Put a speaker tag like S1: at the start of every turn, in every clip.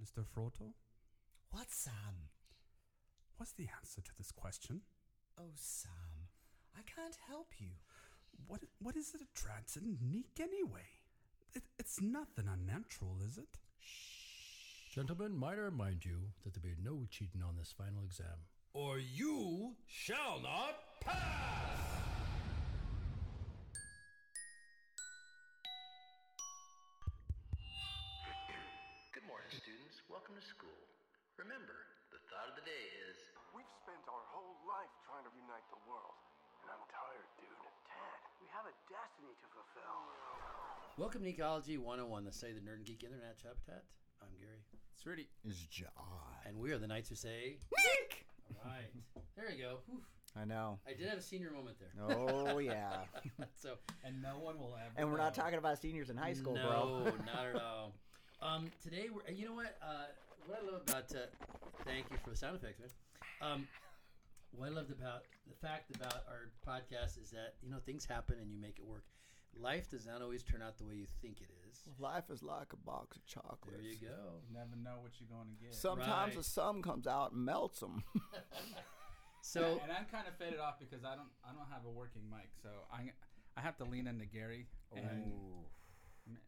S1: Mr. Froto?
S2: What, Sam?
S1: What's the answer to this question?
S2: Oh, Sam, I can't help you.
S1: What, what is it attracts in Nick anyway? It, it's nothing unnatural, is it?
S3: Gentlemen, might I remind you that there'll be no cheating on this final exam.
S4: Or you shall not pass!
S5: Good morning, students. Welcome to school. Remember, the thought of the day is
S6: We've spent our whole life trying to unite the world, and I'm tired, dude. Ted, we have a destiny to fulfill.
S7: Welcome to Ecology 101, the study of the nerd and geek internet habitat. I'm Gary.
S8: Sweetie.
S9: Is John.
S7: And we are the Knights Who Say.
S9: Nick!
S7: All right. there you go. Whew.
S9: I know.
S7: I did have a senior moment there.
S9: Oh, yeah.
S7: so,
S8: And no one will ever.
S9: and we're not
S8: know.
S9: talking about seniors in high school,
S7: no,
S9: bro.
S7: not at all. Um, today, we're, you know what? Uh, what I love about. Uh, thank you for the sound effects, man. Um, what I loved about the fact about our podcast is that, you know, things happen and you make it work. Life does not always turn out the way you think it is.
S9: Life is like a box of chocolates.
S7: There you go.
S8: You never know what you're going to get.
S9: Sometimes
S7: Right.
S9: the sun comes out and melts them.
S7: So,
S8: and I'm kind of faded off because I don't I don't have a working mic, so I I have to lean into Gary, and,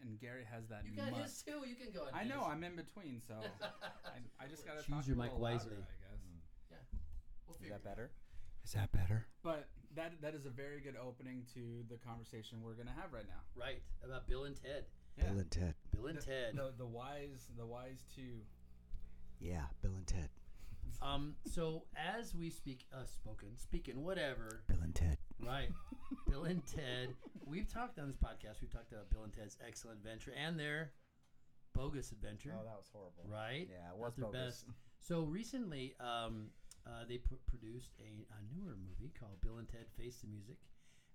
S8: and Gary has that.
S7: you got
S8: mut.
S7: his too. You can go ahead.
S8: I
S7: and do
S8: know
S7: his.
S8: I'm in between, so I, I just gotta
S7: Choose
S8: talk
S7: your
S8: a
S7: mic
S8: little louder,
S7: wisely.
S8: I guess.
S7: Yeah. We'll
S9: is that
S7: figure it out.
S9: better?
S8: Is that better? But that that is a very good opening to the conversation we're gonna have right now.
S7: Right about Bill and Ted.
S8: Yeah.
S10: Bill and Ted.
S7: Bill and Ted.
S8: The the wise the wise two.
S10: Yeah, Bill and Ted.
S7: Um. So as we speak, uh, spoken, speaking, whatever.
S10: Bill and Ted.
S7: Right. Bill and Ted. We've talked on this podcast. We've talked about Bill and Ted's excellent adventure and their bogus adventure.
S9: Oh, that was horrible.
S7: right.
S9: Yeah, it
S7: Not
S9: was
S7: their
S9: bogus.
S7: best. So recently, um, uh, they pr- produced a, a newer movie called Bill and Ted Face the Music,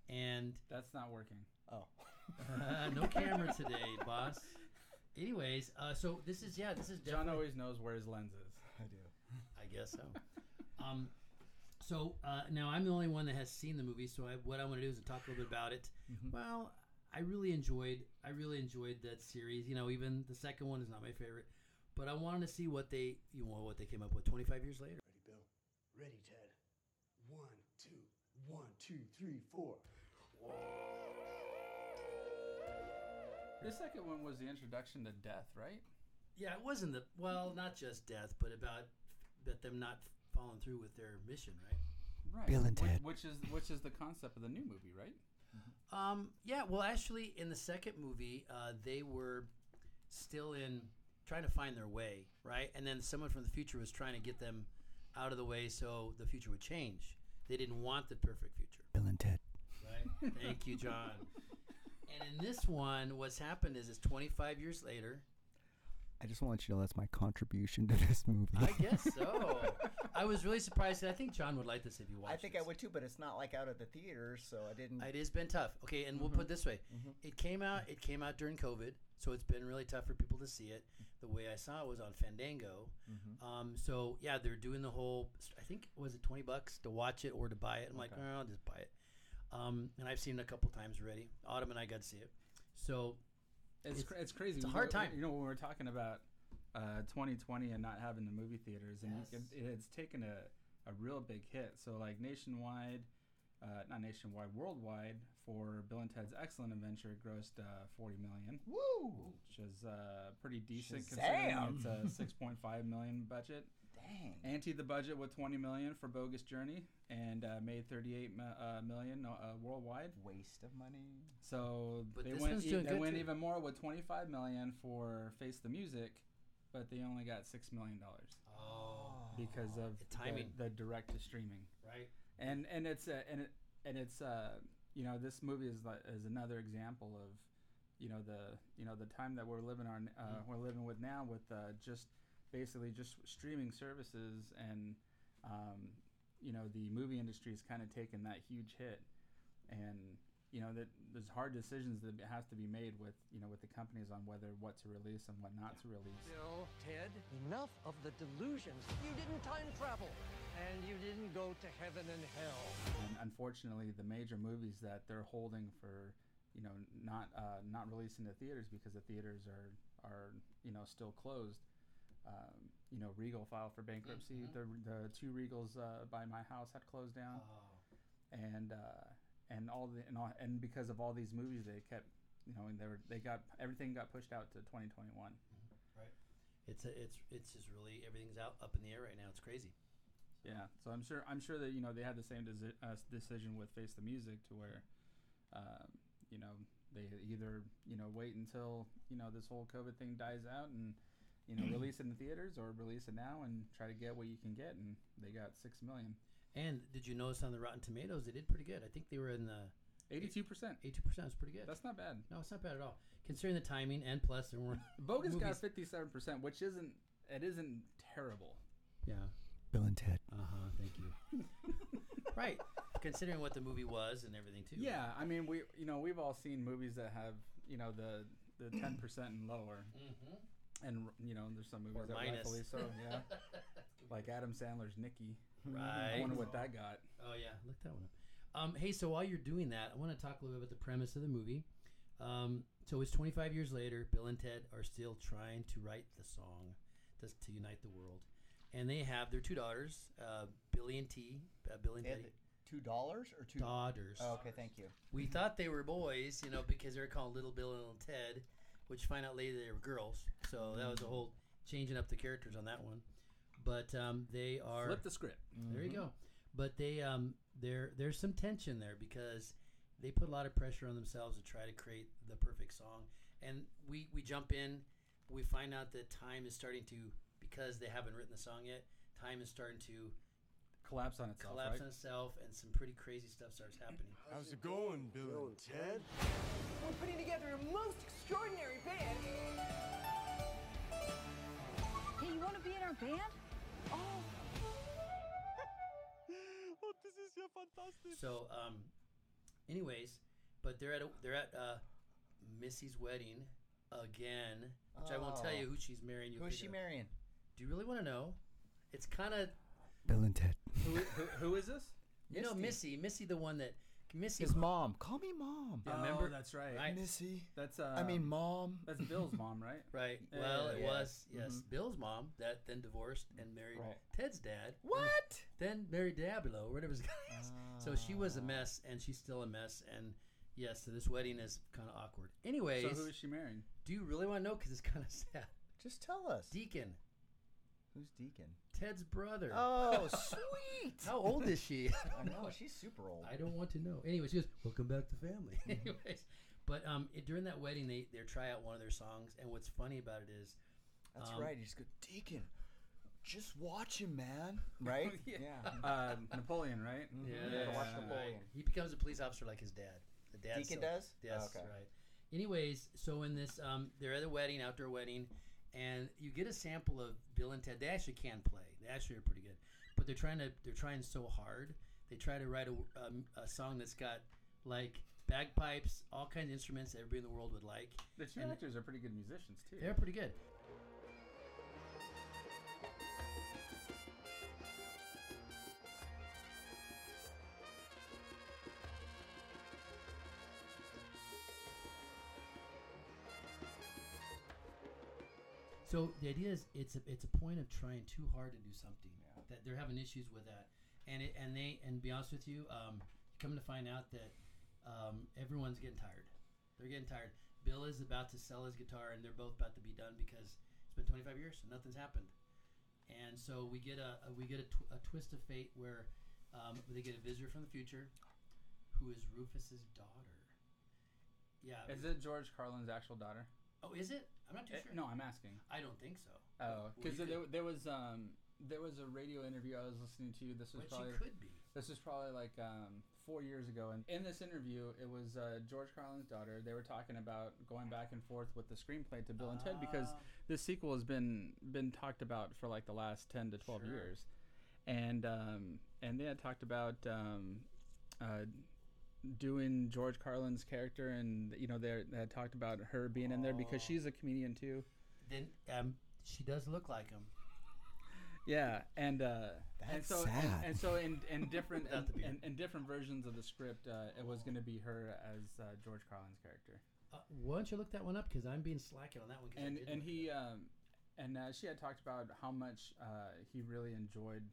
S7: and
S8: That's not working.
S9: Oh.
S7: uh, no camera today, boss. Anyways, uh, so this is yeah, this is
S8: John
S7: definitely-
S8: always knows where his lens is.
S9: I do.
S7: I guess so. um, so uh, now I'm the only one that has seen the movie. So I, what I want to do is talk a little bit about it. Well, I really enjoyed. I really enjoyed that series. You know, even the second one is not my favorite, but I wanted to see what they you know what they came up with 25 years later.
S6: Ready, Bill? Ready, Ted? One, two, one, two, three, four.
S8: The second one was the introduction to death, right?
S7: Yeah, it wasn't the well, not just death, but about that them not following through with their mission, right?
S8: Right.
S10: Bill and
S8: Wh-
S10: Ted.
S8: Which is which is the concept of the new movie, right?
S7: Um, yeah, well, actually, in the second movie, uh, they were still in trying to find their way, right? And then someone from the future was trying to get them out of the way so the future would change. They didn't want the perfect future,
S10: Bill and Ted.
S7: right? Thank you, John. And in this one, what's happened is it's 25 years later.
S9: I just want you to know that's my contribution to this movie.
S7: I guess so. I was really surprised. 'cause I think John would like this if you watched.
S9: I think I
S7: this.
S9: would too, but it's not like out of the theater, so I didn't.
S11: Mm-hmm.
S7: It has been tough. Okay, and we'll put it this way: it came out. It came out during COVID, so it's been really tough for people to see it. The way I saw it was on Fandango. Um, so yeah, they're doing the whole. I think was it twenty bucks to watch it or to buy it. I'm like, no, I'll just buy it. Um, and I've seen it a couple times already. Autumn and I got to see it. So
S8: It's
S7: It's-
S8: cra- it's crazy.
S7: it's a
S8: You
S7: hard
S8: know-
S7: time.
S8: You know when we were talking about uh, 2020 and not having the movie theaters, and you
S7: Yes.
S8: could- it, it's taken a a real big hit. So like nationwide, uh, not nationwide, worldwide for Bill and Ted's Excellent Adventure it grossed uh, 40 million,
S9: Woo!
S8: which is uh, pretty decent
S9: Shazam!
S8: considering it's a 6.5 million budget.
S9: Dang.
S8: Ante the budget with 20 million for Bogus Journey and uh, made 38 mi- uh, million uh, worldwide.
S9: Waste of money.
S8: So
S7: But
S8: they
S7: this
S8: went,
S7: one's
S8: e-
S7: doing
S8: they
S7: good,
S8: went
S7: too.
S8: even more with 25 million for Face the Music, but they only got six million dollars
S7: oh,
S8: because of
S7: the timing.
S8: the, the direct to streaming.
S7: right,
S8: And and it's a, and it, and it's uh you know this movie is like, is another example of you know the you know the time that we're living on uh, we're living with now with uh, just basically just streaming services and um, you know the movie industry has kind of taken that huge hit and you know that there's hard decisions that has to be made with you know with the companies on whether what to release and what not to release
S6: Bill, Ted, enough of the delusions. You didn't time travel, and you didn't go to heaven and hell.
S8: and unfortunately the major movies that they're holding for you know not uh, not releasing the theaters because the theaters are are you know still closed um, you know, Regal filed for bankruptcy. The the two Regals uh, by my house had closed down, and uh, and all the and all, and because of all these movies, they kept you know, and they were they got everything got pushed out to 2021.
S7: Right. It's a, it's it's just really everything's out up in the air right now. It's crazy.
S8: Yeah, so I'm sure I'm sure that you know they had the same desi- uh, s- decision with Face the Music to where, um, you know, they either you know wait until you know this whole COVID thing dies out and you know release it in the theaters or release it now and try to get what you can get, and they got six million.
S7: And did you notice on the Rotten Tomatoes they did pretty good? I think they were in the
S8: eighty-two percent.
S7: Eighty-two percent is pretty good.
S8: That's not bad.
S7: No, it's not bad at all. Considering the timing and plus there were
S8: Bogus got fifty-seven percent, which isn't it isn't terrible.
S7: Yeah.
S10: Bill and Ted.
S7: Uh huh. Thank you. right. Considering what the movie was and everything too.
S8: Yeah, I mean we you know we've all seen movies that have you know the the
S7: Mm-hmm.
S8: ten percent and lower, and you know there's some movies
S7: Or
S8: that
S7: minus.
S8: rightfully so yeah, like Adam Sandler's Nikki. I
S7: Right.
S8: wonder what that got.
S7: Oh yeah, look that one up. Um, hey, so while you're doing that, I want to talk a little bit about the premise of the movie. Um, so it's 25 years later. Bill and Ted are still trying to write the song to, to unite the world, and they have their two daughters, uh, Billy and T. Uh, Billy and
S11: They had
S7: Teddy.
S11: Two dollars or two
S7: Daughters.
S11: Oh, okay, thank you.
S8: Mm-hmm.
S7: We thought they were boys, you know, because they were called Little Bill and Little Ted, which find out later they were girls. So that
S8: Mm-hmm.
S7: was a whole changing up the characters on that one. But um, they are
S8: Flip the script.
S7: There you
S8: Mhm.
S7: go. But they um, there there's some tension there because they put a lot of pressure on themselves to try to create the perfect song. And we we jump in, we find out that time is starting to because they haven't written the song yet. Time is starting to
S8: Collapse on itself.
S7: collapse
S8: right?
S7: on itself, and some pretty crazy stuff starts happening.
S6: How's it going, Bill and Ted?
S12: We're putting together a most extraordinary band.
S13: Hey, you want to be in our band? Oh.
S12: oh, this is ja fantastisch.
S7: So, um, anyways, but they're at a, they're at uh, Missy's wedding again, which I won't tell
S11: Oh.
S7: you who she's marrying. You
S11: Who is she marrying?
S7: Do you really want to know? It's kind of
S10: Bill and Ted.
S8: who, who, who is this?
S7: you know Missy, Missy the one that Missy
S10: His mom. Call me mom.
S8: Yeah, remember that's right.
S10: Missy.
S8: That's
S11: Um,
S8: uh,
S10: I mean, mom.
S8: That's Bill's mom, right?
S7: Right.
S8: Yeah,
S7: well,
S8: yeah,
S7: it
S8: yeah.
S7: was yes.
S8: Mhm.
S7: Bill's mom that then divorced and married
S8: Right.
S7: Ted's dad.
S11: What?
S7: Then married Diablo, whatever his guy is. So she was a mess, and she's still a mess. And yes, so this wedding is kind of awkward. Anyways,
S8: so who is she marrying?
S7: do you really want to know? Because it's kind of sad.
S11: Just tell us.
S7: Deacon,
S11: Who's Deacon?
S7: Ted's brother.
S11: Oh, sweet.
S7: How old is she?
S11: I know she's super old.
S7: I don't want to know. Anyways, she goes, "Welcome back to family." Anyways, but um, it, during that wedding, they they try out one of their songs, and what's funny about it is,
S10: That's
S7: um,
S10: right. He's good. Deacon, just watch him, man.
S11: Right?
S8: yeah. Uh, Napoleon, right?
S7: Yeah,
S11: watch
S7: right.
S11: Napoleon.
S7: He becomes a police officer like his dad. The dad
S11: Deacon
S7: still-
S11: does? Oh,
S7: Yes,
S11: Okay.
S7: right. Anyways, so in this, um, they're at a wedding, outdoor wedding, and you get a sample of Bill and Ted. They actually can play. They actually are pretty good, but they're trying to they're trying so hard. They try to write a, um, a song that's got like bagpipes, all kinds of instruments that everybody in the world would like.
S8: The two
S7: And-
S8: actors are pretty good musicians too.
S7: They're pretty good. So the idea is it's a it's a point of trying too hard to do something that they're having issues with that, and it, and they and be honest with you, um, come to find out that um, everyone's getting tired. They're getting tired. Bill is about to sell his guitar, and they're both about to be done because it's been 25 years and nothing's happened. And so we get a, a we get a, tw- a twist of fate where um, they get a visitor from the future, who is Rufus's daughter. Yeah.
S8: Is it George Carlin's actual daughter?
S7: Oh, is it? I'm not too
S8: Eh,
S7: sure.
S8: No, I'm asking.
S7: I don't think so.
S8: Oh,
S7: Well,
S8: because
S7: you
S8: there,
S7: could-
S8: there was um there was a radio interview I was listening to. This was
S7: Which you
S8: probably
S7: could be.
S8: This was probably like um four years ago, and in this interview, it was uh, George Carlin's daughter. They were talking about going back and forth with the screenplay to Bill and Ted because
S7: Ah.
S8: this sequel has been been talked about for like the last ten to twelve
S7: Sure.
S8: years, and um and they had talked about um uh doing George Carlin's character and you know they they had talked about her being in there because she's a comedian too.
S7: then um, she does look like him.
S8: Yeah, and uh, and
S7: That's
S8: so
S7: sad.
S8: And, and so in, in different
S7: Without the
S8: in,
S7: beard.
S8: in, in different versions of the script, uh, it was going to be her as uh, George Carlin's character,
S7: Uh, why don't you look that one up? Because I'm being slacking on that one. 'cause I
S8: and
S7: didn't
S8: and
S7: look
S8: he um, and uh, she had talked about how much uh, he really enjoyed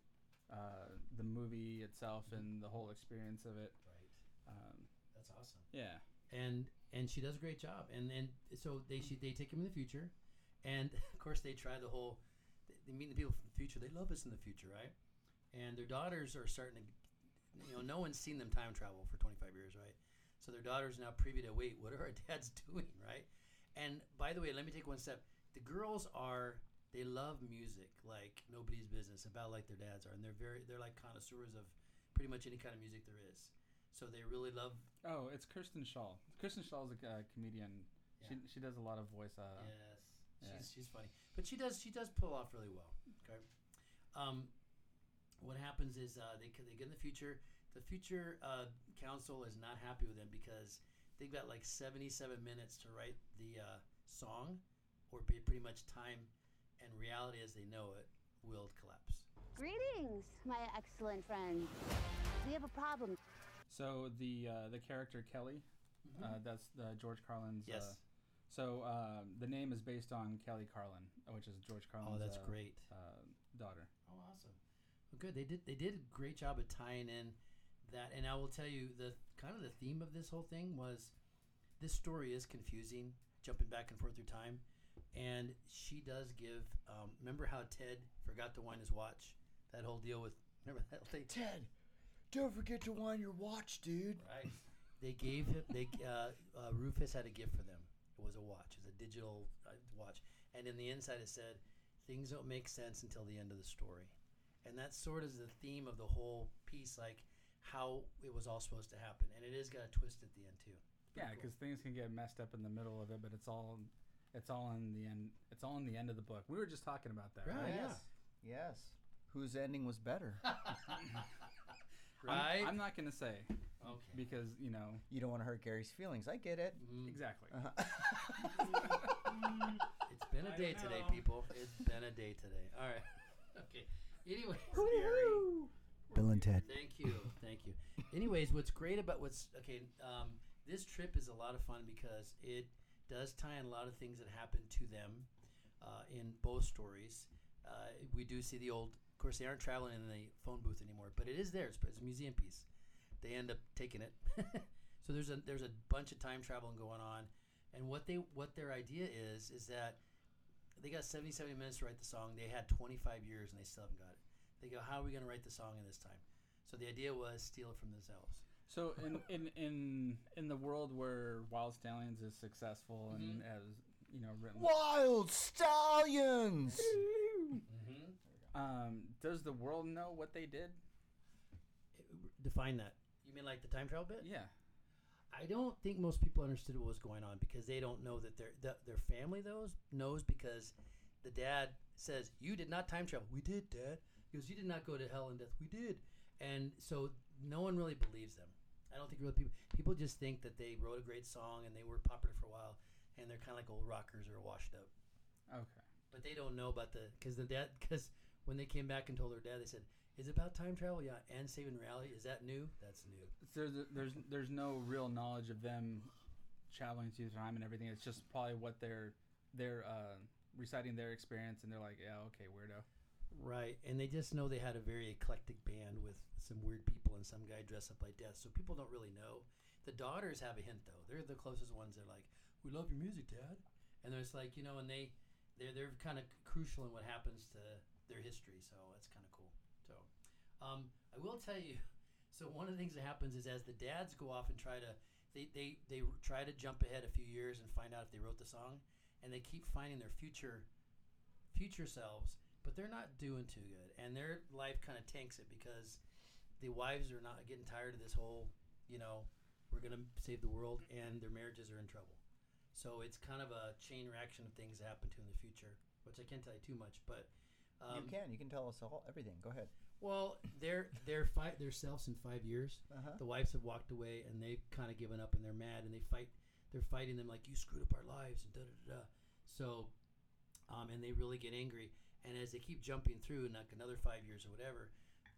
S8: uh, the movie itself
S7: Mm-hmm.
S8: and the whole experience of it. Right. Um,
S7: That's awesome.
S8: yeah.
S7: and and she does a great job. And and so they she, they take him in the future, and of course they try the whole. They, they meet the people from the future. They love us in the future, right? And their daughters are starting to, you know, no one's seen them time travel for 25 years, right? So their daughters now privy to wait. What are our dads doing, right? And by the way, let me take one step. The girls are they love music like nobody's business, about like their dads are, and they're very they're like connoisseurs of pretty much any kind of music there is. So they really love
S8: Oh, it's Kirsten Shaw. Kirsten Shaw is a uh, comedian. She she does a lot of voice. Uh,
S7: Yes,
S8: yeah.
S7: she's she's funny, but she does she does pull off really well. Okay, um, what happens is uh, they c- they get in the future. The future uh, council is not happy with them because they've got like seventy seven minutes to write the uh, song, or be pretty much time and reality as they know it will collapse.
S14: Greetings, my excellent friends. We have a problem.
S8: So the uh, the character Kelly, uh,
S14: Mhm.
S8: that's the George Carlin's. Uh,
S7: Mm-hmm. Yes.
S8: so um, the name is based on Kelly Carlin, which is George Carlin's.
S7: Oh, that's
S8: uh,
S7: great.
S8: Uh, daughter.
S7: Oh, awesome. Well, good. They did. They did a great job of tying in that. And I will tell you, the kind of the theme of this whole thing was this story is confusing, jumping back and forth through time. And she does give. Um, remember how Ted forgot to wind his watch? That whole deal with. Remember that thing? Ted,
S10: Don't forget to wind your watch, dude.
S7: Right. They gave him. They uh, uh, Rufus had a gift for them. It was a watch. It was a digital uh, watch, and in the inside it said, "Things don't make sense until the end of the story," and that's sort of the theme of the whole piece, like how it was all supposed to happen, and it is got a twist at the end too.
S8: Yeah, because things can get messed up in the middle of it, but it's all it's all in the end. It's all in the end of the book. We were just talking about that. right?
S11: Yeah. Ah, Yes. Whose ending was better?
S8: I'm- I'm, not gonna say.
S7: Okay.
S8: Because you know.
S11: You don't want to hurt Gary's feelings. I get it.
S8: Exactly.
S10: Mm-hmm.
S7: It's been a day today, people. It's been a day today. All right. Okay. Anyway,
S9: Bill and Ted.
S7: Thank you, thank you. Anyways, what's great about what's okay? Um, this trip is a lot of fun because it does tie in a lot of things that happened to them uh, in both stories. Uh, we do see the old. Of course, they aren't traveling in the phone booth anymore, but it is theirs. But it's a museum piece. They end up taking it. so there's a there's a bunch of time traveling going on, and what they what their idea is is that they got 77 minutes to write the song. They had 25 years and they still haven't got it. They go, how are we going to write the song in this time? So the idea was steal it from themselves.
S8: So in, in in in the world where Wild Stallions is successful
S7: Mm-hmm.
S8: and as you know written,
S10: Wild stallions.
S8: um, does the world know what they did?
S7: Define that. You mean like the time travel bit?
S8: Yeah.
S7: I don't think most people understood what was going on because they don't know that their the, their family those knows because the dad says you did not time travel. We did, Dad. He goes, you did not go to hell and death. We did, and so no one really believes them. I don't think real people people just think that they wrote a great song and they were popular for a while, and they're kind of like old rockers or washed up.
S8: Okay.
S7: But they don't know about the because the dad because when they came back and told their dad, they said, "Is it about time travel? Yeah, and saving reality. Is that new? That's new."
S8: So there's there's, there's no real knowledge of them traveling through time and everything. It's just probably what they're they're uh, reciting their experience and they're like, yeah, okay, weirdo.
S7: Right, and they just know they had a very eclectic band with some weird people and some guy dressed up like death. So people don't really know. The daughters have a hint though. They're the closest ones. They're like, "We love your music, Dad," and it's like you know, and they they're they're kind of crucial in what happens to their history. So that's kind of cool. So um, I will tell you. So one of the things that happens is as the dads go off and try to they they they try to jump ahead a few years and find out if they wrote the song, and they keep finding their future future selves, but they're not doing too good, and their life kind of tanks it because the wives are not getting tired of this whole, you know, we're gonna save the world, and their marriages are in trouble. So it's kind of a chain reaction of things that happen to in the future, which I can't tell you too much, but um,
S11: you can. You can tell us all everything. Go ahead.
S7: well, they're they're fight themselves in five years. The wives have walked away, and they've kind of given up, and they're mad, and they fight. They're fighting them like you screwed up our lives, and da da da. da." So, um, and they really get angry. And as they keep jumping through, and like another five years or whatever,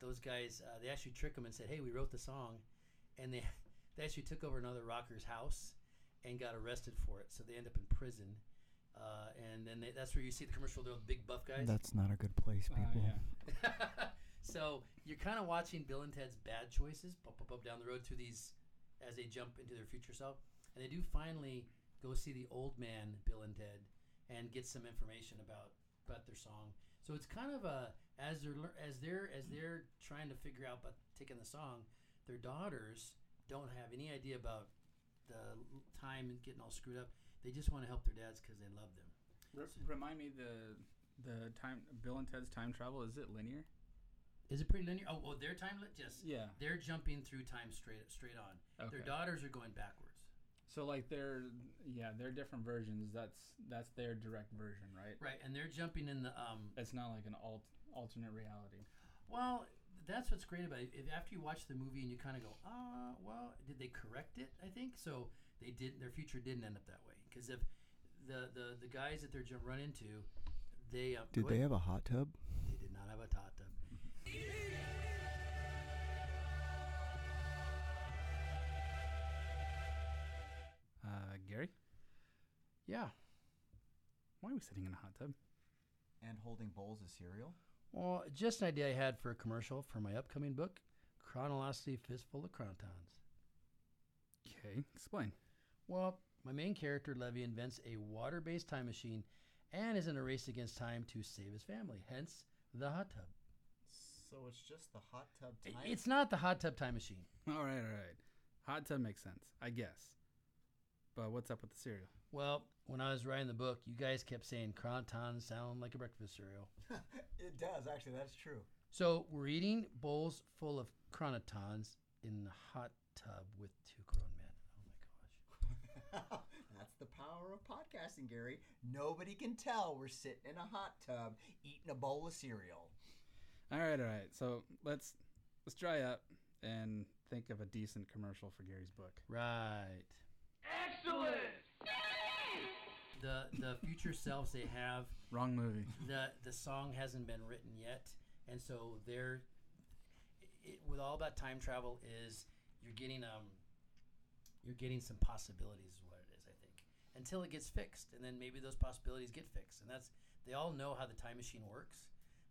S7: those guys uh, they actually trick them and said, "Hey, we wrote the song," and they they actually took over another rocker's house and got arrested for it. So they end up in prison Uh, and then they, that's where you see the commercial, the big buff guys. Uh,
S9: That's not a good place,
S8: Oh,
S9: people.
S8: yeah.
S7: so you're kind of watching Bill and Ted's bad choices bump, bump, bump down the road to these as they jump into their future self. And they do finally go see the old man, Bill and Ted, and get some information about, about their song. So it's kind of a as they're lear- as they're as they're trying to figure out about taking the song, their daughters don't have any idea about the l- time and getting all screwed up. They just want to help their dads because they love them.
S8: Re- remind me the the time Bill and Ted's time travel is it linear?
S7: Is it pretty linear? Oh, well, their time li- yes.
S8: Yeah.
S7: They're jumping through time straight straight on. Their
S8: Okay.
S7: daughters are going backwards.
S8: So like they're yeah they're different versions. That's that's their direct version, right?
S7: Right, and they're jumping in the um.
S8: It's not like an alt alternate reality.
S7: Well, that's what's great about it. If after you watch the movie and you kind of go, ah, well, did they correct it? I think so. They did. Their future didn't end up that way because if the, the the guys that they're jump run into, they uh,
S9: Did
S7: go
S9: they
S7: ahead-
S9: have a hot tub?
S7: They did not have a hot tub.
S8: Uh, Gary. Yeah. Why are we sitting in a hot tub?
S11: And holding bowls of cereal.
S7: Well, just an idea I had for a commercial for my upcoming book, Chronolosity Fistful of Crontons.
S8: Okay, explain.
S7: Well, my main character, Levy, invents a water based time machine and is in a race against time to save his family, hence the hot tub.
S11: So it's just the hot tub
S7: I-
S11: time.
S7: It's not the hot tub time machine.
S8: All right, all right. Hot tub makes sense, I guess. But what's up with the cereal?
S7: Well, when I was writing the book, you guys kept saying crontons sound like a breakfast cereal.
S11: It does actually. That's true.
S7: So we're eating bowls full of crontons in the hot tub with two grown men.
S11: That's the power of podcasting, Gary. Nobody can tell we're sitting in a hot tub eating a bowl of cereal.
S8: All right, all right. So let's let's dry up and think of a decent commercial for Gary's book.
S7: Oh Right.
S4: Excellent!
S7: The the future selves they have
S8: Wrong movie.
S7: the the song hasn't been written yet, and so they're it, with all about time travel is you're getting um you're getting some possibilities is what it is I think until it gets fixed, and then maybe those possibilities get fixed, and that's they all know how the time machine works,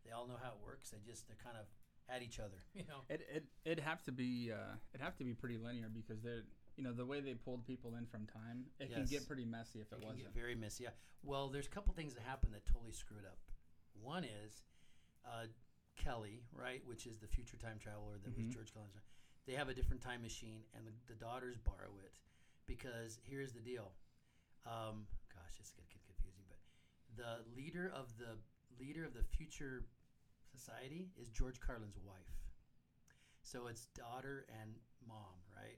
S7: they all know how it works. They just they're kind of at each other, you know.
S8: It it it'd have to be uh, it'd have to be pretty linear because they're you know the way they pulled people in from time, it can
S7: Yes.
S8: get pretty messy if it,
S7: can
S8: wasn't.
S7: get very messy. Yeah. Well, there's a couple things that happened that totally screwed up. One is uh, Kelly, right, which is the future time traveler that
S8: Mhm.
S7: was George Collins. They have a different time machine, and the, the daughters borrow it because here's the deal. Um, gosh, it's gonna get confusing, but the leader of the leader of the future society is George Carlin's wife. So it's daughter and mom, right?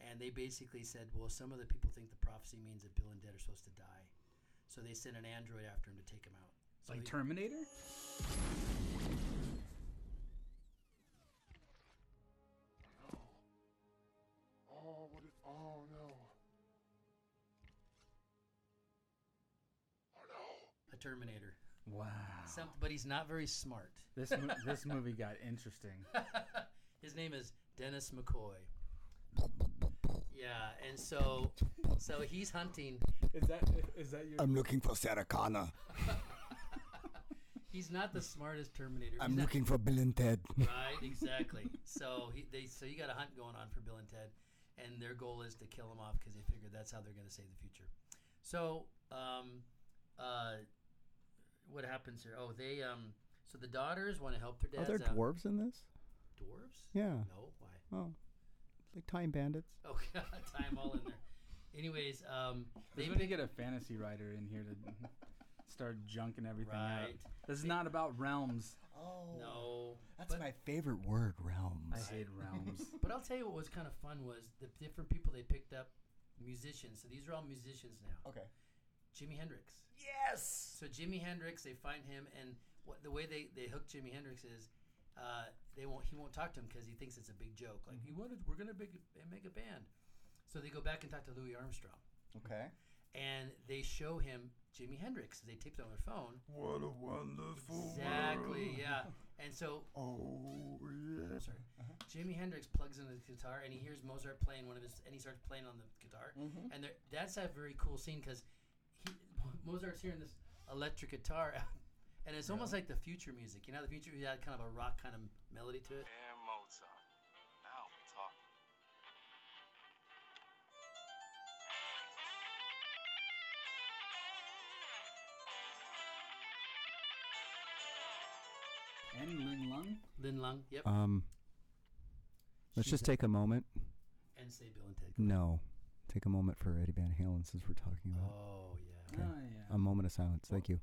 S7: And they basically said, well, some of the people think the prophecy means that Bill and Ted are supposed to die. So they sent an android after him to take him out. So
S8: like
S7: he-
S8: Terminator.
S15: Oh, what is, oh no.
S7: a Terminator.
S8: Wow.
S7: Some, but he's not very smart.
S8: This mo- this movie got interesting.
S7: His name is Dennis McCoy. Yeah, and so so he's hunting.
S8: Is that is that your?
S9: I'm looking for Sarah Connor.
S7: He's not the smartest Terminator.
S9: I'm
S7: He's not-
S9: looking for Bill and Ted.
S7: right, exactly. So he, they so you got a hunt going on for Bill and Ted, and their goal is to kill him off because they figure that's how they're going to save the future. So, um, uh, what happens here? Oh, they um, so the daughters want to help
S11: Oh,
S7: their
S9: Are
S7: dads
S9: there
S7: out.
S9: dwarves in this?
S7: Dwarves?
S9: Yeah.
S7: No, why?
S9: Oh, like time bandits.
S7: Oh God, time all in there. Anyways, um,
S8: They
S7: they
S8: need to
S7: pick,
S8: get a fantasy writer in here to start junking everything out.
S7: Right.
S8: This is not about realms.
S11: Oh.
S7: no,
S11: That's
S7: but-
S11: my
S9: Favorite word, realms.
S8: I hate realms.
S7: But I'll tell you what was kind of fun was the different people they picked up, musicians. So these are all musicians now.
S11: Okay.
S7: Jimi Hendrix.
S11: Yes.
S7: So Jimi Hendrix, they find him, and what the way they they hook Jimi Hendrix is, uh, they won't he won't talk to him because he thinks it's a big joke. Like
S11: Mm-hmm.
S7: you wanted, we're gonna big, make a band. So they go back and talk to Louis Armstrong,
S11: Okay.
S7: and they show him Jimi Hendrix. They taped it on their phone.
S4: What a wonderful
S7: Exactly,
S4: world.
S7: yeah. And so,
S4: Oh, yeah.
S7: sorry. Jimi Hendrix plugs in his guitar and he hears Mozart playing one of his, and he starts playing on the guitar.
S4: Mhm.
S7: And there, that's a very cool scene because Mozart's hearing this electric guitar, and it's almost like the future music. You know, the future had kind of a rock kind of melody to it.
S16: Dear Mozart, now we're talking.
S8: And Lin Lung.
S7: Lin Lung,
S11: Uh.
S7: yep.
S9: Um, let's
S7: She's
S9: just
S7: a-
S9: take a moment.
S7: And say Bill and Ted.
S9: No, take a moment for Eddie Van Halen since we're talking
S11: Mm-hmm.
S9: about. it.
S7: Oh yeah.
S9: Okay. A moment of silence. Thank you.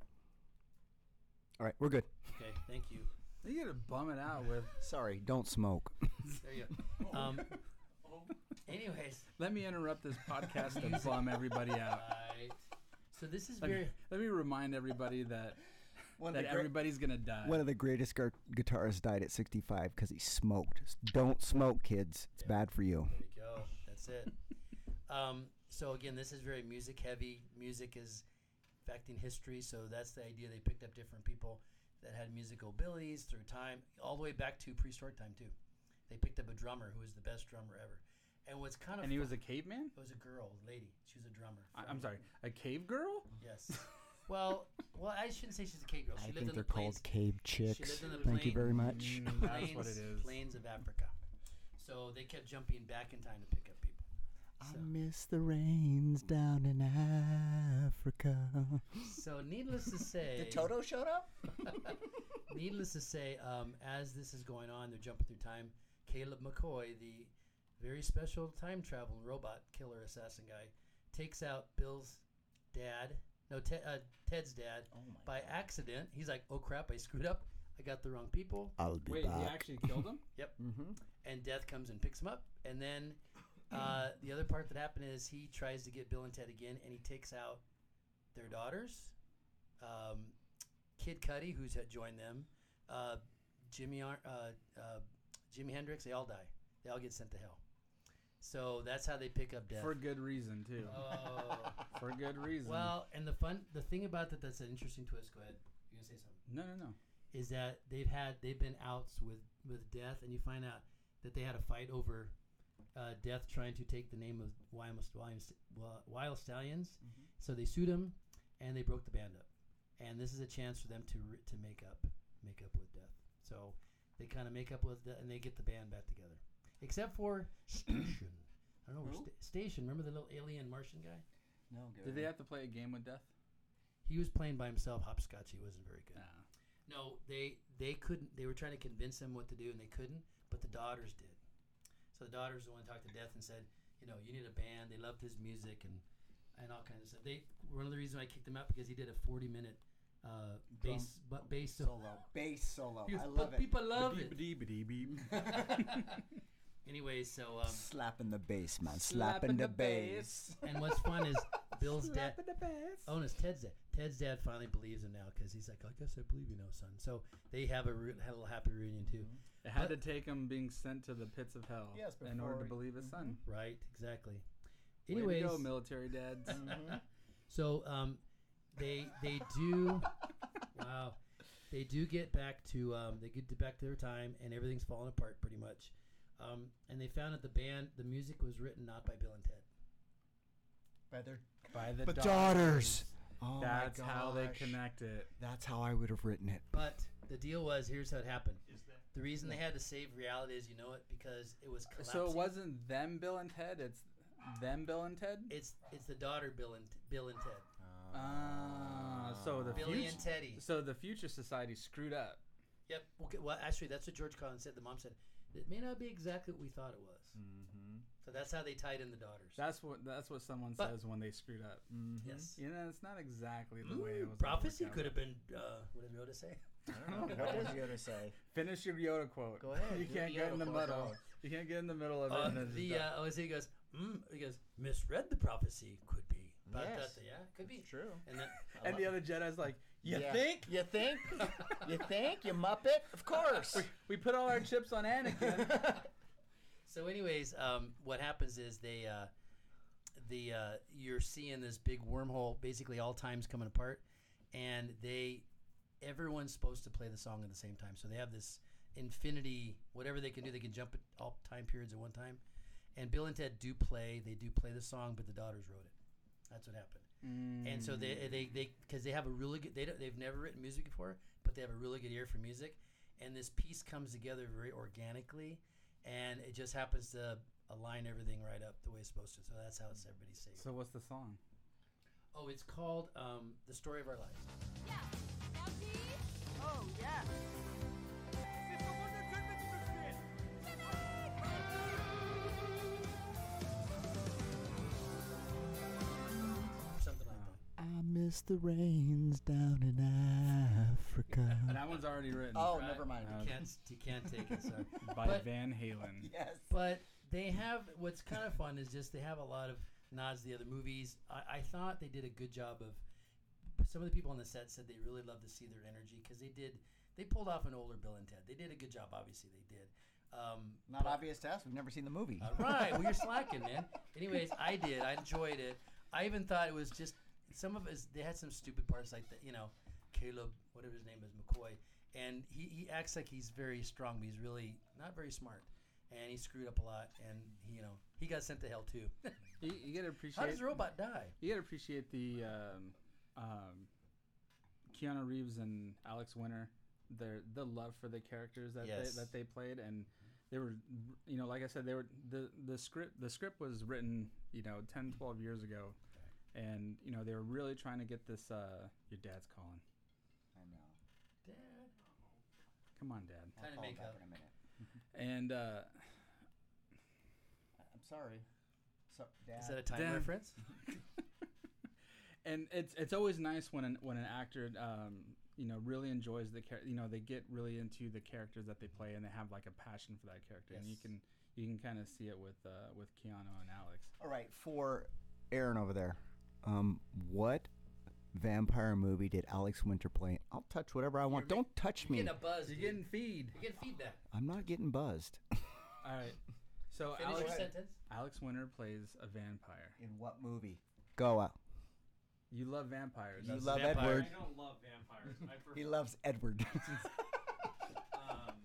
S9: All right, we're good.
S7: Okay, thank you.
S8: You gotta bum it out with.
S9: Sorry, don't smoke.
S7: There you go. Um, anyways,
S8: Let me interrupt this podcast and bum everybody out.
S7: Right. So this is
S8: Let me,
S7: very.
S8: let me remind everybody that
S11: One of
S8: that
S11: the great-
S8: everybody's gonna die.
S9: One of the greatest gu- guitarists died at 65 because he smoked. S- Don't smoke, kids. It's bad for you.
S7: There you go. That's it. um, so again, this is very music heavy. Music is affecting history, so that's the idea. They picked up different people that had musical abilities through time, all the way back to prehistoric time too. They picked up a drummer who was the best drummer ever, and what's kind of
S8: And he was
S7: fu-
S8: a caveman.
S7: It was a girl, a lady. She was a drummer.
S8: I, I'm sorry, a cave girl.
S7: Yes. well, well, I shouldn't say she's a cave girl. She
S9: I
S7: lived
S9: think
S7: on
S9: they're
S7: the plains.
S9: called cave
S7: She lived
S9: chicks.
S7: on the
S9: Thank you
S7: plain-
S9: very much. Mm,
S8: that's what
S7: plains-
S8: it is.
S7: Plains of Africa. So they kept jumping back in time to pick up people.
S9: I miss the rains down in Africa.
S7: So needless to say,
S11: Did Toto showed up?
S7: needless to say, um, as this is going on, they're jumping through time. Caleb McCoy, the very special time traveling robot killer assassin guy, takes out Bill's dad, no, Te- uh, Ted's dad, by accident. He's like, "Oh crap, I screwed up. I got the wrong people."
S9: I'll be
S8: Wait, he actually killed him.
S7: Yep. And Death comes and picks him up. And then uh, the other part that happened is he tries to get Bill and Ted again, and he takes out their daughters, um, Kid Cudi, who's had joined them, uh, Jimmy, Ar- uh, uh, Jimi Hendrix. They all die. They all get sent to hell. So that's how they pick up Death.
S8: For good reason too.
S7: Oh.
S8: For good reason.
S7: Well, and the fun, the thing about that that's an interesting twist. Go ahead. You gonna say something?
S8: No, no, no.
S7: Is that they've had they've been outs with with death, and you find out that they had a fight over uh, death trying to take the name of Wild, Wild, Wild Stallions. So they sued him, and they broke the band up. And this is a chance for them to re- to make up make up with death. So they kind of make up with the, and they get the band back together, except for Station. I don't know.
S8: Who?
S7: Sta- Station. Remember the little alien Martian guy?
S10: No.
S8: Did they have to play a game with death?
S7: He was playing by himself. Hopscotch. He wasn't very good. No, they they couldn't. They were trying to convince him what to do, and they couldn't. But the daughters did. So the daughters the one who talked to Death and said, you know, you need a band. They loved his music and and all kinds of stuff. They one of the reasons I kicked him out because he did a forty minute uh,
S11: Drum-
S7: bass but bass solo.
S11: Bass solo.
S7: He was-
S11: I
S7: but
S11: love it.
S7: people love it. Anyway, so um,
S11: slapping the bass, man.
S7: Slapping
S11: Slapping
S7: the
S11: the bass.
S7: and what's fun is Bill's dad.
S11: Slapping the bass.
S7: Oh, and it's Ted's dad. Ted's dad finally believes him now because he's like, I guess I believe you now, son. So they have a, re- had a little happy reunion too.
S8: It had to take him being sent to the pits of hell
S7: Yes,
S8: in order to
S7: before- Mm-hmm.
S8: believe his son.
S7: Right, exactly.
S8: Way to go,
S7: Anyways,
S8: military dads.
S7: so um, they they do wow, they do get back to um, they get to back to their time and everything's falling apart pretty much. Um, and they found that the band the music was written not by Bill and Ted.
S11: By their
S8: by the
S9: But daughters.
S8: daughters.
S9: Oh my
S8: That's how they
S9: gosh.
S8: connect it.
S9: That's how I would have written it.
S7: But the deal was here's how it happened. The reason they had to save reality is you know it because it was collapsing.
S8: So it wasn't them, Bill and Ted. It's them, Bill and Ted.
S7: It's it's the daughter Bill and Bill and Ted.
S8: Ah, so the
S7: Billy
S8: future,
S7: Uh, and Teddy.
S8: So the future society screwed up.
S7: Yep. Okay. Well, actually, that's what George Collins said. The mom said it may not be exactly what we thought it was.
S8: Mm-hmm.
S7: So that's how they tied in the daughters.
S8: That's what that's what someone
S7: But-
S8: says when they screwed up.
S7: Yes.
S8: you know it's not exactly mm-hmm. the way it was.
S7: Prophecy could have been. Uh, what did Yoda say?
S11: What was Yoda say?
S8: Finish your Yoda quote.
S7: Go ahead,
S8: You
S7: do
S8: can't
S7: the
S8: get in
S7: Yoda
S8: the
S7: quote.
S8: middle. You can't get in the middle of it.
S7: Uh,
S8: and then
S7: the
S8: just-
S7: uh, oh, so he goes. Mm, he goes. Misread the prophecy. Could be. But
S11: Yes.
S7: that- yeah, could be
S11: true.
S7: And that, I
S8: and
S7: love
S8: the
S7: it.
S8: other Jedi's like, you
S11: Yeah.
S8: think?
S11: You think? you think? You muppet? Of course.
S8: We put all our chips on Anakin.
S7: So, anyways, um, what happens is they, uh, the uh, you're seeing this big wormhole. Basically, all times coming apart, and they, everyone's supposed to play the song at the same time. So they have this infinity, whatever they can do, they can jump at all time periods at one time. And Bill and Ted do play. They do play the song, but the daughters wrote it. That's what happened. and so they they they because they have a really good they don't, they've never written music before, but they have a really good ear for music, and this piece comes together very organically, and it just happens to align everything right up the way it's supposed to. So that's how it's everybody's saved.
S8: So what's the song?
S7: Oh, it's called um, "The Story of Our Lives."
S13: Yeah. Fuzzy? Oh, yeah. It's the one that turned into the skin.
S7: Something like that.
S10: I miss the rains down in Africa.
S8: that one's already written.
S11: Oh,
S8: right?
S11: never mind.
S7: You can't you can't take it. Sorry.
S8: By
S7: But-
S8: Van Halen.
S11: Yes.
S7: But they have what's kind of fun is just they have a lot of nods to the other movies. I, I thought they did a good job of. Some of the people on the set said they really loved to see their energy because they did. They pulled off an older Bill and Ted. They did a good job. Obviously, they did. Um,
S11: Not
S7: but-
S11: obvious to us. We've never seen the movie.
S7: All right. Well, you're slacking, man. Anyways, I did. I enjoyed it. I even thought it was just some of us. They had some stupid parts, like the, you know, Caleb, whatever his name is, McCoy, and he, he acts like he's very strong, but he's really not very smart, and he screwed up a lot, and you know, he got sent to hell too.
S8: You, you gotta appreciate.
S7: How does a robot die?
S8: You gotta appreciate the um, um, Keanu Reeves and Alex Winter, their the love for the characters that
S7: Yes.
S8: they, that they played, and they were, you know, like I said, they were the the script the script was written, you know, 10, 12 years ago, and you know they were really trying to get this. Uh, your dad's calling.
S11: I know.
S8: Come on, Dad.
S11: I'll
S7: Kinda
S11: call
S7: make
S11: back
S7: up.
S11: in a minute.
S8: And uh,
S11: I'm sorry. So, Dad.
S7: Is that a time
S8: Dad.
S7: reference?
S8: and it's it's always nice when an when an actor um, you know really enjoys the character you know they get really into the characters that they play and they have like a passion for that character and you
S11: Yes.
S8: can you can kind of see it with uh, with Keanu and Alex.
S11: All right.
S9: For Aaron over there, um, what vampire movie did Alex Winter play? in? I'll touch whatever I want. Don't touch me.
S7: Getting a buzz.
S8: You're
S7: dude.
S8: getting feed.
S7: You're getting feedback.
S9: I'm not getting buzzed.
S8: All right. So
S7: Finish
S8: Alex
S7: your sentence.
S8: Alex Winter plays a vampire.
S11: In what movie?
S9: Go out.
S8: You love vampires.
S9: You
S8: that's-
S9: love Edward.
S17: I don't love vampires. I prefer,
S9: He loves Edward.
S17: Um,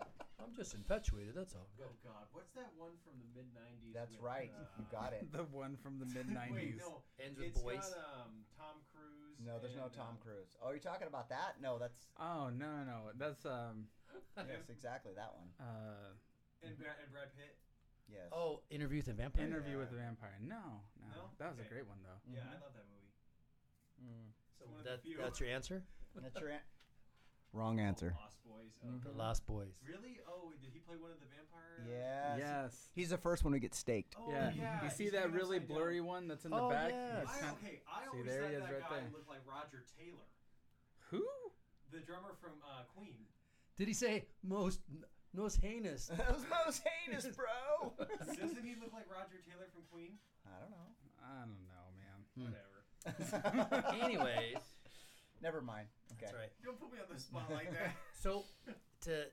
S7: I'm just infatuated. That's all.
S17: oh God, what's that one from the mid '90s?
S11: That's
S17: with, uh,
S11: right. You got it.
S8: the one from the mid
S17: Wait,
S8: nineties.
S17: no,
S7: Ends with
S17: it's
S7: boys.
S17: Got, um, Tom Cruise.
S11: No, there's no
S17: and,
S11: Tom
S17: uh,
S11: Cruise. Oh, you're talking about that? No, that's
S8: Oh no no no! That's um
S11: yes, exactly that one.
S8: uh
S17: And, Bra- and Brad Pitt.
S11: Yes.
S7: Oh, interview with a vampire.
S8: interview with a vampire. No no,
S17: No?
S8: that was
S17: Okay.
S8: a great one though.
S17: Yeah, I
S11: Mm-hmm.
S17: love that movie.
S7: So
S17: One of the
S7: Mm. that,
S17: few.
S7: that's your answer.
S11: That's your an-
S9: Wrong answer.
S17: Lost Boys.
S7: The
S17: Okay.
S7: Lost Boys.
S17: Really? Oh, did he play one of the vampire?
S11: Yes.
S8: Yes.
S9: He's the first one who gets staked.
S17: Oh,
S8: Yeah.
S17: yeah,
S8: You see
S17: he's
S8: that
S17: hanging
S8: really
S17: upside down.
S8: blurry one that's in the
S9: Oh,
S8: back?
S9: yes.
S8: It's
S17: I,
S8: kinda-
S17: okay, I
S8: see,
S17: always
S8: there
S17: thought
S8: he is
S17: that
S8: right
S17: guy
S8: there.
S17: looked like Roger Taylor,
S8: Who?
S17: the drummer from uh, Queen.
S7: Did he say most most heinous?
S11: That was most heinous, bro.
S17: Doesn't he look like Roger Taylor from Queen?
S11: I don't know.
S8: I don't know, man.
S17: Whatever.
S7: Anyways,
S11: Never mind. Okay.
S7: that's right.
S17: Don't put me on the spot like that.
S7: So, to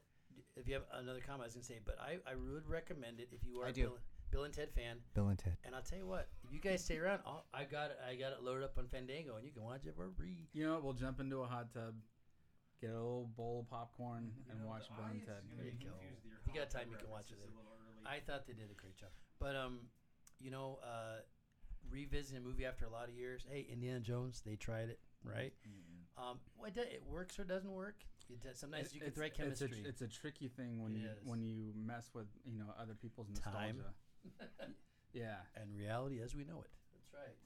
S7: if you have another comment, I was gonna say, but I, I would recommend it if you are
S9: I
S7: a
S9: do.
S7: Bill, Bill and Ted fan.
S9: Bill and Ted.
S7: And I'll tell you what, if you guys stay around, I'll, I got it, I got it loaded up on Fandango, and you can watch it for free.
S8: You know, what? we'll jump into a hot tub, get a little bowl of popcorn, and watch Bill and Ted.
S7: There you go. You got time, you can watch it. later. I thought they did a great job, but um, you know, uh, revisiting a movie after a lot of years. Hey, Indiana Jones, they tried it, right?
S9: Mm-hmm.
S7: Um, well, it, do- it works or doesn't work. It does, sometimes you get the right
S8: it's a
S7: chemistry.
S8: tr- It's a, tricky thing when
S7: It
S8: you
S7: is.
S8: when you mess with you know other people's nostalgia.
S7: Time.
S8: Yeah,
S7: and reality as we know it. That's right.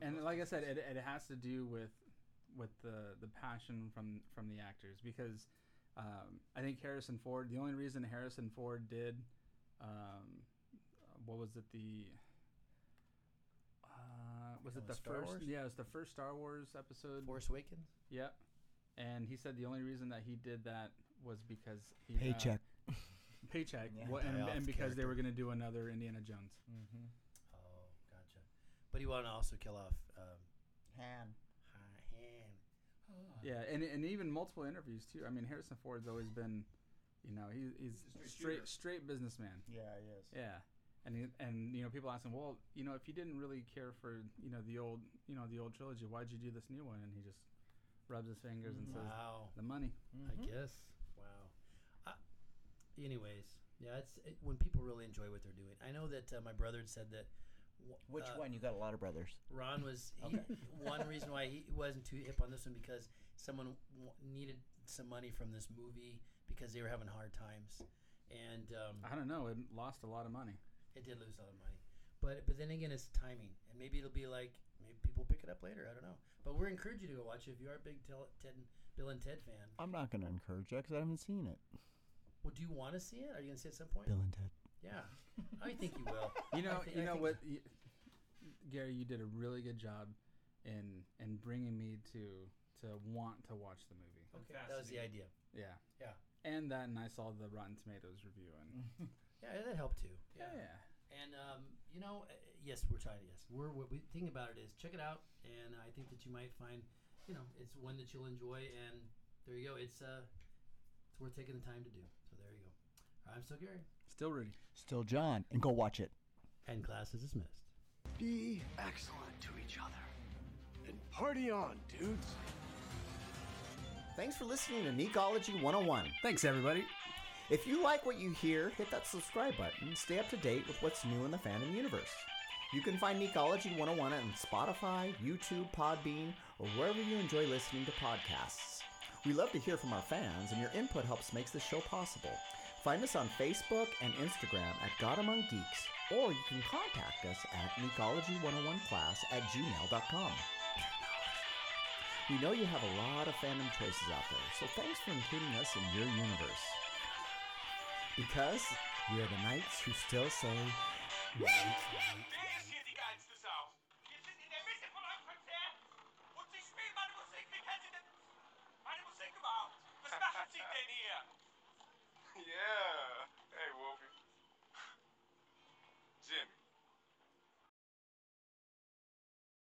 S8: and like I said, it, it has to do with with the the passion from from the actors because um, I think Harrison Ford. The only reason Harrison Ford did um, what was it the uh, was
S7: That
S8: it the
S7: was Star
S8: first?
S7: Wars?
S8: Yeah, it was the first Star Wars episode.
S7: Force Awakens.
S8: Yep. And he said the only reason that he did that was because he, uh,
S9: Paycheck.
S8: paycheck,
S11: Yeah.
S8: wha- and,
S7: Pay off
S8: and
S7: the
S8: because they were going to do another Indiana Jones.
S11: Mm-hmm.
S7: Oh, gotcha. But he wanted to also kill off um,
S11: Han.
S7: Han.
S8: Yeah, and and even multiple interviews too. I mean, Harrison Ford's always been, you know, he, he's
S17: He's a straight shooter.
S8: straight straight businessman.
S11: Yeah, he is.
S8: Yeah. And, he- and you know people ask him, well, you know, if you didn't really care for you know the old you know the old trilogy, why'd you do this new one? And he just rubs his fingers and says,
S7: Wow.
S8: "The money."
S9: Mm-hmm.
S7: I guess. Wow. I, anyways, yeah, it's it, when people really enjoy what they're doing. I know that uh, my brother had said that
S9: Which
S7: uh,
S9: one? You got a lot of brothers.
S7: Ron was he, one reason why he wasn't too hip on this one because someone w- needed some money from this movie because they were having hard times, and um,
S8: I don't know. It lost a lot of money.
S7: it did lose a lot of money. But but then again, it's timing, and maybe it'll be like maybe people pick it up later. I don't know. But we're encouraging you to go watch it if you are a big Tel- Ted, Bill and Ted fan.
S9: I'm not going to encourage that because I haven't seen it.
S7: Well, do you want to see it? Are you going to see it at some point?
S9: Bill and Ted.
S7: Yeah, I think you will.
S8: You know,
S7: I thi-
S8: you
S7: I
S8: know what,
S7: think
S8: y Gary, you did a really good job in in bringing me to to want to watch the movie.
S7: Okay, that was the idea.
S8: Yeah.
S7: Yeah.
S8: And that, and I saw the Rotten Tomatoes review, and
S7: Yeah, that helped too. Yeah.
S8: Yeah.
S7: And um, you know, uh, yes, we're trying. Yes, we're what we think about it is check it out, and I think that you might find, you know, it's one that you'll enjoy. And there you go. It's uh, it's worth taking the time to do. So there you go. I'm still Gary.
S8: still Rudy.
S9: Still John, and go watch it.
S7: And class is dismissed.
S18: Be excellent to each other. And party on, dudes.
S11: Thanks for listening to Necology 101.
S1: Thanks, everybody.
S11: If you like what you hear, hit that subscribe button and stay up to date with what's new in the fandom universe. You can find Necology 101 on Spotify, YouTube, Podbean, or wherever you enjoy listening to podcasts. We love to hear from our fans, and your input helps make this show possible. Find us on Facebook and Instagram at God Among Geeks, or you can contact us at Necology101class at gmail.com. We know you have a lot of fandom choices out there, so thanks for including us in your universe. Because we are the knights who still say,
S13: ist hier die geilste Sau. Wir sind in der Mitte von einem Konzert und Sie spielen meine Musik. Wie kennen Sie denn meine Musik überhaupt? Was machen Sie denn hier?
S16: Yeah.